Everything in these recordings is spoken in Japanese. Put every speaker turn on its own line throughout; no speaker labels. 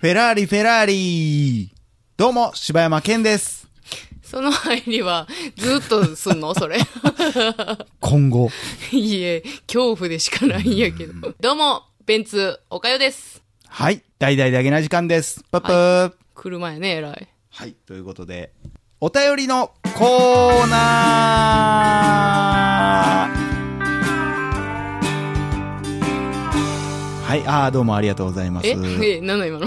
フェラーリ、フェラーリどうも、柴山健です。
その入りは、ずっとすんのそれ。
今後。
いえ、恐怖でしかないんやけど。どうも、ベンツ、おかよです。
はい。大々だけな時間です。ぷっぷー。はい、
車やね、えらい。
ということで、お便りのコーナーはい。あーどうもありがとうございます。
ええ、なの今 の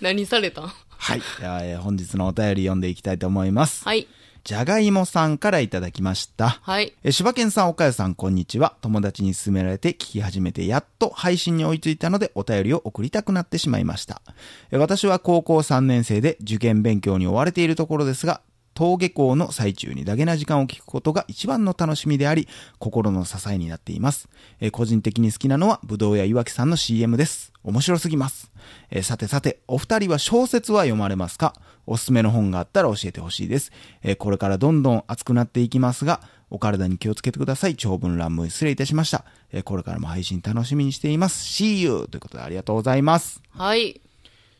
何されたん
はい。ではえー本日のお便り読んでいきたいと思います。
はい。
じゃがいもさんからいただきました。
はい。
えー、柴犬さん、岡谷さん、こんにちは。友達に勧められて聞き始めて、やっと配信に追いついたので、お便りを送りたくなってしまいました。えー私は高校3年生で受験勉強に追われているところですが、登下校の最中にダゲな時間を聞くことが一番の楽しみであり、心の支えになっています。えー個人的に好きなのは、ぶどうや岩木さんの CM です。面白すぎます。えーさてさて、お二人は小説は読まれますかおすすめの本があったら教えてほしいです。えーこれからどんどん熱くなっていきますが、お体に気をつけてください。長文乱文失礼いたしました。えーこれからも配信楽しみにしています。See you! ということでありがとうございます。
はい。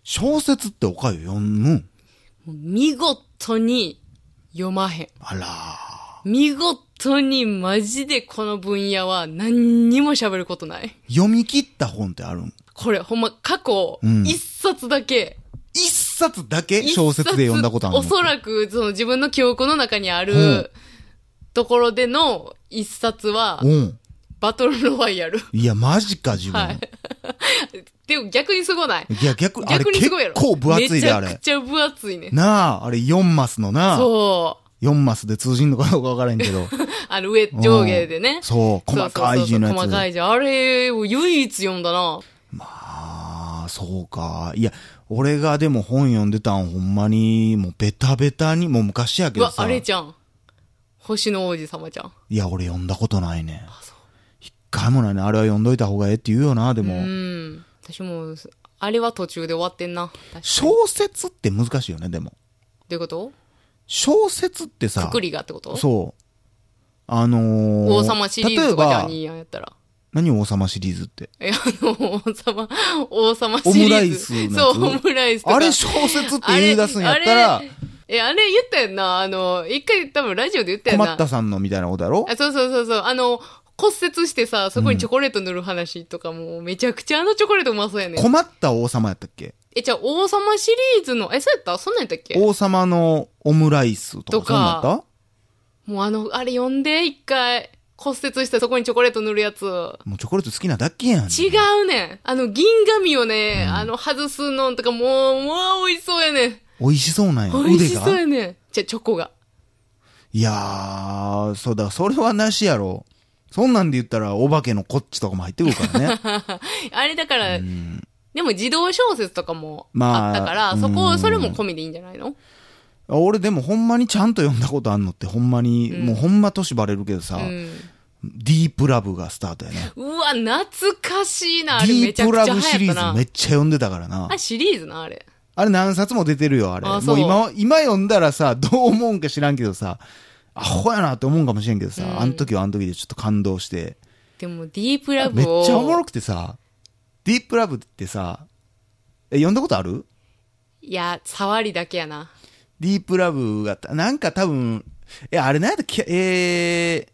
小説っておかゆ読む
もう見事に読まへん。
あら
見事にマジでこの分野は何にも喋ることない。
ー。読み切った本ってあるん
これほんま過去
うん
一冊だけ、
一冊だけ
一冊
小説で読んだことあるの
おそらくその自分の記憶の中にあ
うん
るところでの一冊は
うん。
バトルロワイヤル。
いや、マジか、自分。
はい でも逆にすごない。
いや、逆、あれ
逆に
結
すごいやろ。
構分厚いで、あ
めちゃ
れ
く。ちゃ分厚いね。
なあ、あれ4マスのな。
そ
4マスで通じんのかどうか分からへん けど。
う。あの上上下でね。
そう、細かい字のやつ。
そうそうそう細かい字。あれを唯一読んだな。
ああ、そうか。いや、俺がでも本読んでたんほんまに、もうベタベタに、もう昔やけ
う
ど
わ、
さ。
あれじゃん。星の王子様じゃん。
いや、俺読んだことないねん。一回もないね。あれは読んどいた方がええって言うよな、で
う
も。
ん。私も、あれは途中で終わってんな。確かに
小説って難しいよね、でも。
どういうこと
小説ってさ
く、くりがってこと
そう。あのー、
王様シリーズとかじゃ
例え
あ、
ば、
兄やんやったら。
何王様シリーズって。
え、あの、王様、王様シリーズ。
オムライスのやつ
そう、オムライスとか。
あれ小説って言い出すんやったら
あれ、え、あれ言ったやんな。あの、一回多分ラジオで言ったやんな。
困ったさんのみたいなことだろ
あ、そうそうそうそう。あの、骨折してさ、そこにチョコレート塗る話とかも、めちゃくちゃあのチョコレートうまそうやねん。
困った王様やったっけ
え、じゃあ、王様シリーズの、え、そうやったそんなんやったっけ
王様のオムライスと
と
か、
か
そうなった
もうあの、あれ読んで、一回。骨折してそこにチョコレート塗るやつ。
もうチョコレート好きなだけやん。
違うねん。あの、銀紙をね、あの、外すのんとか、もう、もう美味しそうやねん。
美味しそうなんや。
美味しそう
腕が
やねん。じゃあ、チョコが。
いやー、そうだ、それはなしやろ。そんなんで言ったら、お化けのこっちとかも入ってくるから ね。
あれだから、でも児童小説とかも
まあ
あったから、そうこ、
ん
それも込みでいいんじゃないの
俺でもほんまにちゃんと読んだことあんのって、ほんまに、もうほんま年バレるけどさ、
うん。
ディープラブがスタートやね。
うわ、懐かしいな、あ
デ
れ
ィ
めち
ー
ゃ
プ
くち
ラ
ゃ流行
ブシリ
っ
ー
た
ズ
な。
めっちゃ読んでたからな
あ、。シリーズな、あれ。
あれ何冊も出てるよ、あれ。
あそ
も
う
う今、今読んだらさ、どう思うんか知らんけどさ、アホやなって思うんかもしれんけどさ、あの時はあの時でちょっと感動して、
でも、ディープラブ
めっ
を。
ちゃおもろくてさ、ディープラブってさ、え、読んだことある
いや、触りだけやな。
ディープラブが、なんか多分、え、あれなんやったっけ、え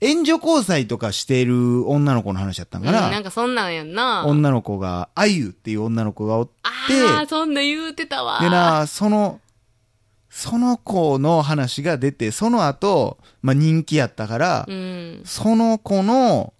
ー、援助交際とかしてる女の子の話やったん
うん、
かな、
なんかそんなんやんな。
女の子が、あゆっていう女の子がおって、
ああ、そんな言うてたわ。
でな、その、その子の話が出て、その後、まあ、人気やったから、
うん。
その子の、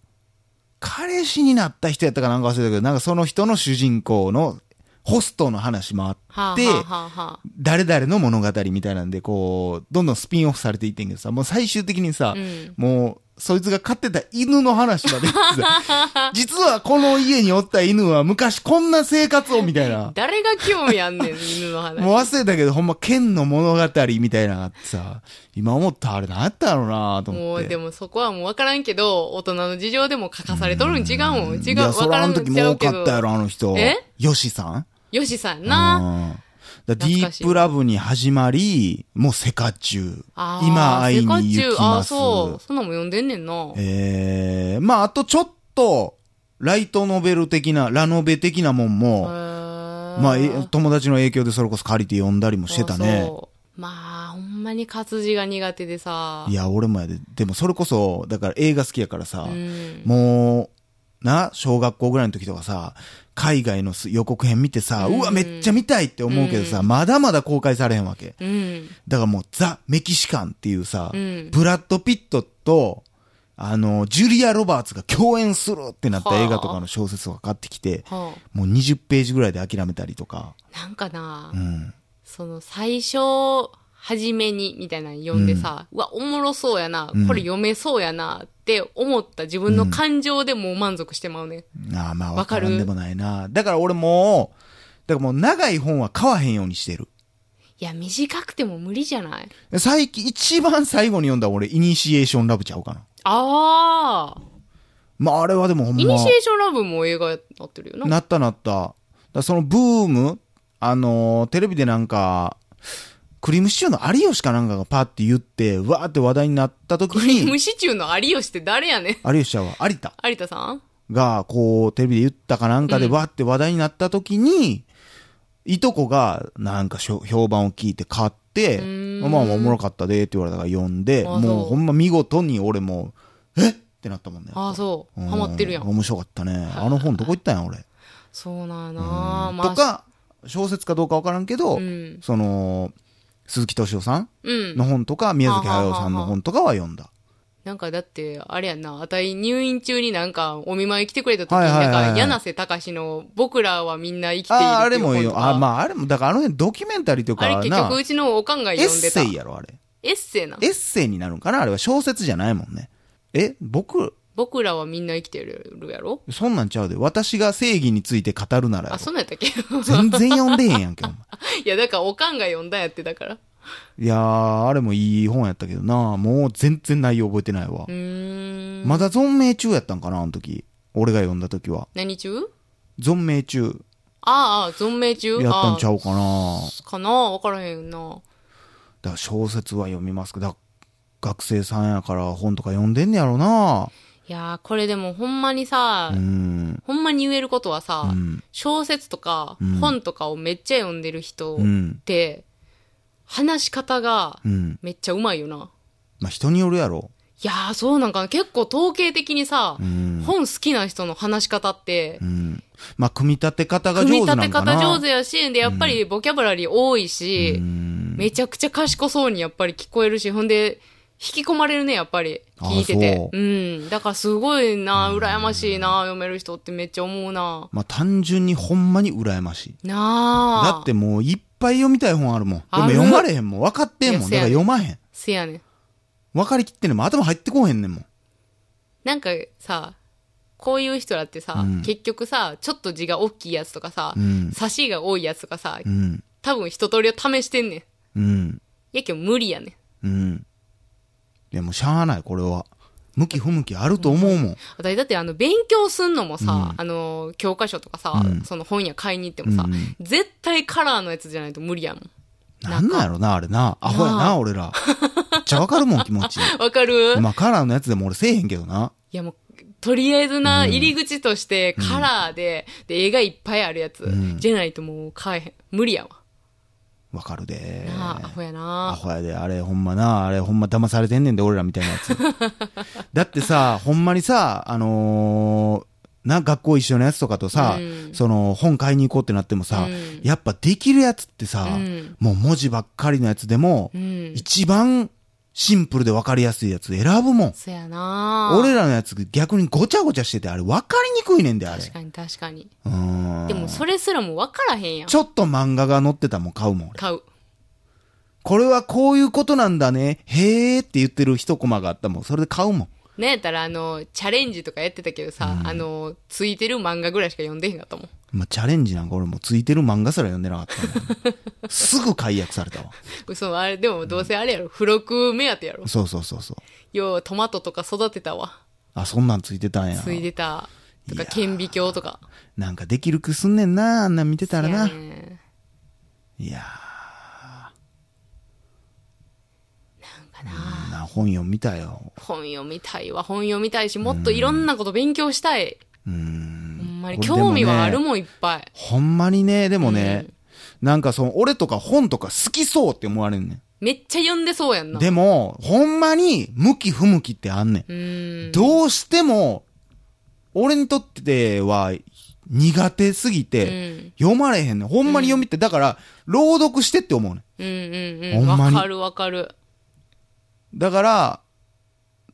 彼氏になった人やったかなんか忘れたけど、なんかその人の主人公のホストの話もあって、
はあ、はあはあはあ、
誰々の物語みたいなんで、こう、どんどんスピンオフされていってんけどさ、もう最終的にさ、
うん
もう、そいつが飼ってた犬の話まで さ実はこの家におった犬は昔こんな生活をみたい な。
誰が興味あんねん、犬の話。
もう忘れたけど、ほんま、剣の物語みたいなのがあってさ、今思ったらあれ何やったろうなと
も
思っ
う
て。
でもそこはもう分からんけど、大人の事情でも書かされとるん違うもん。違、
いうや、そ
分から
あ
ん
の
の
時
ちゃ
も多
うけ
か
ど
った。やろ、あの人。
え
ヨシさん
よしさん
う
な。
ん。だディ
懐かしい
ープラブに始まり、もうセカチュウ。
あー
今会いに行
セカチュ
き
ウあ
ま
ー
す。
そう。そんなんも読んでんねんな。
えー、まあ、あとちょっと、ライトノベル的な、ラノベ的なもんも、ま
ま
あ、え友達の影響でそれこそ借りて読んだりもしてたね。
まあ、ほんまに活字が苦手でさ。
いや、俺もやで。でもそれこそ、だから映画好きやからさ、
うん。
もう、な、小学校ぐらいの時とかさ、海外のす予告編見てさ、う
うん
わ、めっちゃ見たいって思うけどさ、まだまだ公開されへんわけ。
うん。
だからもう、ザ・メキシカンっていうさ、
うん
ブラッド・ピットと、あの、ジュリア・ロバーツが共演するってなった映画とかの小説とか買ってきて、
は
もう20ページぐらいで諦めたりとか。
あ、なんかな、
うん。
その最初、初めに、みたいなの読んでさ、うわ、おもろそうやな、
うん
これ読めそうやな、って思った自分の感情でもう満足してまうね。
ああ、まあ、わ
わ
か
かる
らんでもないな。だから俺もう、だからもう長い本は買わへんようにしてる。
いや、短くても無理じゃない
最近、一番最後に読んだ俺、イニシエーションラブちゃうかな。
ああ、
まあ、あれはでもほんま。
イニシエーションラブも映画になってるよな。
なったなった。だからそのブーム、あのーテレビでなんか、クリームシチューの有吉かなんかがパって言って、わーって話題になった時
クリーム
に、
シチューの有吉って誰やねん。
有吉ちゃんは有田
有田さん
が、こう、テレビで言ったかなんかで、わーって話題になった時に、いとこが、なんかしょ、評判を聞いて買って、
ー
まあまあ、おもろかったで、って言われたから読んで、
あそう
もうほんま見事に俺も、えってなったもんね。
ああ、そう。
うん
ハマってるやん。
面白かったね。あの本どこ行ったんや、俺。
そうなんやなまあ
とか、小説かどうかわからんけど、
うん
その、鈴木敏夫さん
うん。
の本とか、宮崎駿さんの本とかは読んだ。
なんかだって、あれやんな、あたい入院中になんかお見舞い来てくれた時に、
はいはいはいはい
なんか柳瀬隆の僕らはみんな生きているっていう
ああ、あれも
本
よ
と。か
あ、まあ、あれも、だからあの辺ドキュメンタリーという
あれ
か、
結
な
局、うちのおかんが
エッ
読んでた。
セ
エ
イ
ッ
やろ、あれ。
セイな。
エッセイになるんかなあれは小説じゃないもんね。え、僕、
僕らはみんな生きてるやろ
そんなんちゃうで。私が正義について語るならや
あ、
ろ。
そんなんやったっけ
全然読んでへんやんけ、お前。
いや、だからおかんが読んだんやって、だから。
いやー、あれもいい本やったけどな。もう全然内容覚えてないわ
う。ーん。
まだ存命中やったんかな、あの時。俺が読んだ時は。
何中
存命中
ああ、存命中
やったんちゃ
あ
うかな
あかなわからへんな。
だから小説は読みますけどだ学生さんやから本とか読んでんねやろない
やー、これでもほんまにさ、
うん
ほんまに言えることはさ、
うん
小説とか
ん
本とかをめっちゃ読んでる人
う
っ
ん
て、話し方が
うん
めっちゃうまいよな。
まあ人によるやろ
いやー、そうなんかな。結構統計的にさ、
うん
本好きな人の話し方って
う、んまあ組み立て方が
組み
上手な
立て
んかな
方上手やし、で、やっぱりボキャブラリー多いし、
うん
めちゃくちゃ賢そうにやっぱり聞こえるし、ほんで、引き込まれるね、やっぱり。
あ
聞いてて。
そう
うん。だからすごいな、羨ましいな、読める人ってめっちゃ思うな。
まあ単純にほんまに羨ましい
なあ。
だってもういっぱい読みたい本あるもんでも
ある
読まれへんもん分かってんもん
い
だ
や
から
せやね
読まへん
せやねん。
分かりきってんねんもん頭入ってこうへんねんもん
なんかさ、こういう人らってさ、
うん
結局さ、ちょっと字が大きいやつとかさ、
うん
差しが多いやつとかさ
う、ん
多分一通りを試してんねん。
うん
やけん無理やねん。
うんいやもうしゃあないこれは向き不向きあると思うもん
私だってあの、勉強すんのもさ、あの、教科書とかさ、その本屋買いに行ってもさ、
うん
絶対カラーのやつじゃないと無理やもん。
なんなんやろな、あれな。アホや
な
な、俺ら。めっちゃわかる もん、気持ち。
わかる、い
まあ、カラーのやつでも俺せえへんけどな。
やもう、とりあえずな、入り口としてカラーで、で、絵がいっぱいあるやつ、じゃないともう買えへん。無理やわ。
わかるで。
なあ、アホや
ア
な。
ホやで、あれほんまな、あれほんま騙されてんねんで、俺らみたいなや つ。だってさ、ほんまにさ、あのーな、学校一緒のやつとかとさ、
うん
その、本買いに行こうってなってもさ、
うん
やっぱできるやつってさ、
うん
もう文字ばっかりのやつでも、
うん。
一番シンプルでわかりやすいやつ選ぶもん。
そやな。
俺らのやつ逆にごちゃごちゃしてて、あれ分かりにくいねんで、あれ
確。かに確かに。
うーん
でもそれすらも分からへんやん
ち。ょっと漫画が載ってたもん買うもん俺。
買う。
これはこういうことなんだね。へーって言ってる一コマがあったもん。それで買うもん。
なんやったらあの、チャレンジとかやってたけどさ、あの、ついてる漫画ぐらいしか読んでへんかったもん。
まあ、チャレンジなんか俺もついてる漫画すら読んでなかったもん。 すぐ解約されたわ。
嘘、あれ、でもどうせあれやろ。付録目当てやろ。
そうそうそうそう。
よう、トマトとか育てたわ。
あ、そんなんついてたんや。
ついでた。と
い
か、
やー
顕微鏡とか。
なんかできる気すんねんな、あんなん見てたらな。
せやね
いやー。なんかな。本読みたよ。
本読みたいわ。本読みたいし、もっといろんなこと勉強したい。
うーん。
んまに
これでもね
興味はあるもんいっぱい。
ほんまにね、でもね、なんかその、俺とか本とか好きそうって思われるね
めっちゃ読んでそうやん
ん。
な。
でも、ほんまに、向き不向きってあんねん
う。ーん。
どうしても、俺にとっては、苦手すぎて、
うん
読まれへんねん。ほんまに読みって、だから、朗読してって思うねん。
うんうん
ほ
うんん。
ま
わ
に
かるわかる。
だから、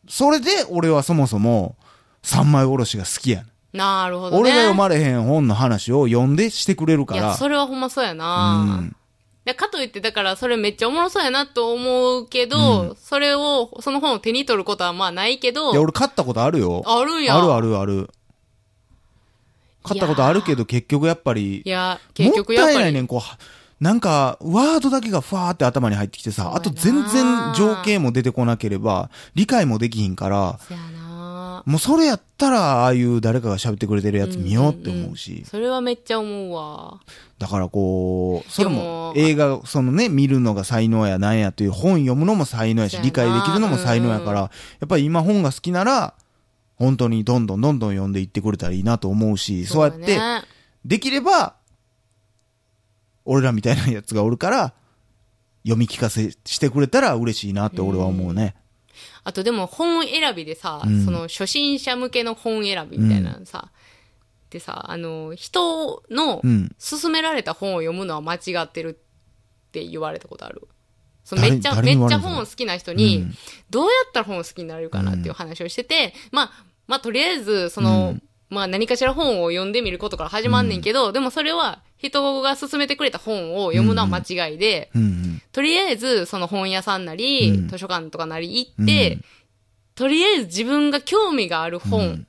それで俺はそもそも、三枚おろしが好きやねん。
なるほどね。
俺が読まれへん本の話を読んでしてくれるか
いや、
ら。
それはほんまそうや
う。
なんでかといって、だからそれめっちゃおもろそうやなと思うけど、それを、その本を手に取ることはまあないけど
いや、、俺買ったことあるよ。
あるんや。
あるあるある。買ったことあるけど、結局やっぱり
い、や、結局やっ
もったい
ぱ
ない
り。
ねん、こうは、なんか、ワードだけがふわーって頭に入ってきて
そ
さ、
うやな
あと全然情景も出てこなければ、理解もできひんから、
そうやな
もうそれやったら、ああいう誰かが喋ってくれてるやつ見ようって思うし、
それはめっちゃ思うわ。
だからこう、それ
で
も
も
映画、そのね、見るのが才能やなんやという本読むのも才能やし、
そう
理
やな
解できるのも才能やから、やっぱり今本が好きなら、本当にどんどんどんどん読んでいってくれたらいいなと思うし、そうやっ
だ
て、
ね
できれば、俺らみたいなやつがおるから、読み聞かせしてくれたら嬉しいなって俺は思うね。
あとでも本選びでさ、
うん
その初心者向けの本選びみたいなのさ、でさ、あの、人の
うん
勧められた本を読むのは間違ってるって言われたことある。その
誰
めっちゃ、
誰
め
に言
っ
わ
ち
れ
ゃ
たの
本好きな人に、
うん
どうやったら本好きになれるかなっていう話をしてて、まあ、まあとりあえず、そ
う
の、
ん
まあ何かしら本を読んでみることから始まんねんけど、でもそれは人が勧めてくれた本を読むのは間違いで、
うんうん。
とりあえず、その本屋さんなり、
うん
図書館とかなり行って、
うん
とりあえず自分が興味がある
う
本
ん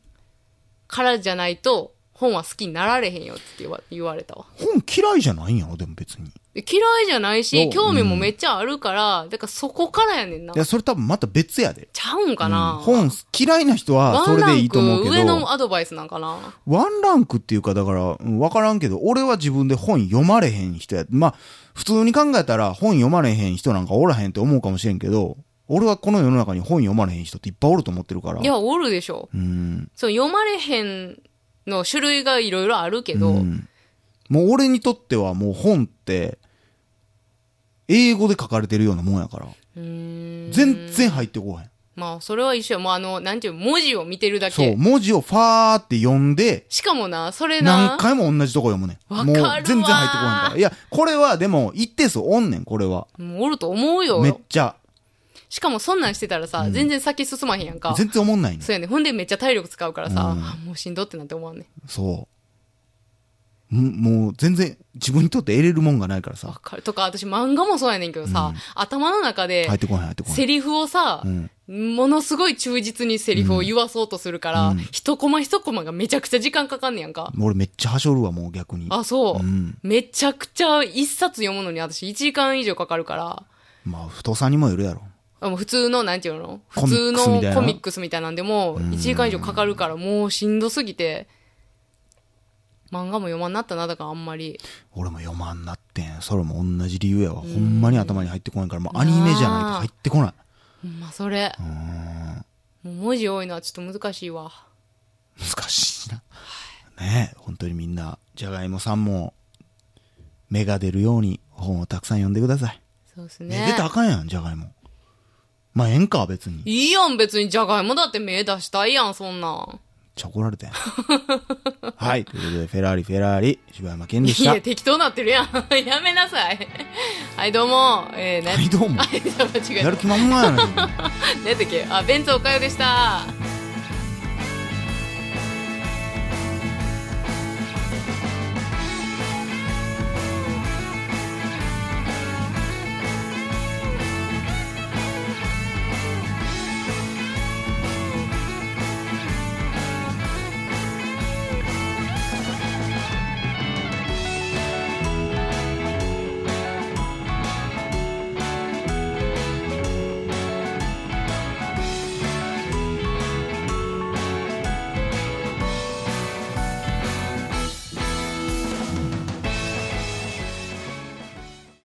からじゃないと、本は好きになられへんよって言わ言われたわ。
本嫌いじゃないんやろ、でも別に。い
で嫌いじゃない
そう
し、興味もめっちゃあるから、だからそこからやねんな。
や、
ち
それ多分また別やで。
ゃうんかな、
うん本嫌いな人はそれでいいと思うけ
ワンランク
ど、
上のアドバイスなんかな
ワンランクっていうかだから、うんわからんけど、俺は自分で本読まれへん人や。まあ、普通に考えたら本読まれへん人なんかおらへんって思うかもしれんけど、俺はこの世の中に本読まれへん人っていっぱいおると思ってるから。
いや、おるでしょ。
うん。
そう、読まれへんの種類がいろいろあるけど、
うんもう俺にとってはもう本って、英語で書かれてるようなもんやから、
うーん
全然入ってこへ
まあ、それは一緒や。もうあの、なんていうの、文字を見てるだ
ん。そう、
け。
文字をファーって読んで、
しかもな、それ
何
な。
回も同じとこ読むね
わか
ん。もう
るわ
全然入ってこへんから。いや、これはでも一定数おんねん、これは。
もうおると思う
めっ
よ。
ちゃ。
しかもそんなんしてたらさ、全然先進まへんやんか。
全然思んないねん
そうやね。ほんでめっちゃ体力使うからさ、
うん
あもうしんどってなって思わんね。
そう。んもう全然自分にとって得れるもんがないから
わ
さ、
かる。とか、私漫画もそうやねんけどさ、頭の中で
入、ってこへん、入ってこへん。
セリフをさ、
うん
ものすごい忠実にセリフを言わそうとするから、一コマ一コマがめちゃくちゃ時間かかんねやんか。
俺めっちゃはしょるわ、もう逆に。
あ、そう。
うん
めちゃくちゃ一冊読むのに私1時間以上かかるから、
まあ、太さにもよるやろ。
あもう普通の、なんていうの
コ
普
ミ
通
ック
の
スみたいな
コミックスみたいなんでも、1時間以上かかるから、もうしんどすぎて、漫画も読まんなったな、だからあんまり。
俺も読まんなってん。それも同じ理由やわ。ほんまに頭に入ってこないから、もうアニメじゃないと入ってこない。
ほんまあ、それ。
うーん。
もう文字多いのはちょっと難しいわ。
難しいな。ねえ、本当にみんな、じゃがいもさんも、芽が出るように本をたくさん読んでください。
そうです
芽、
ね
出。たらあかんやん、じゃがいも。まあ、ええんか、別に。
いいやん、別にじゃがいもだって目出したいやん、そんなん。
ちゃ怒られたやん。はい、ということで、フェラーリ、フェラーリ、柴山健でし
い
た。
や、適当なってるやん。 やめなさい。はい、どうも。えー、な
はい、どうも
は。い、じゃあ間違え
やる気満々やねん。
た。出てけ。あ、ベンツおかよでした。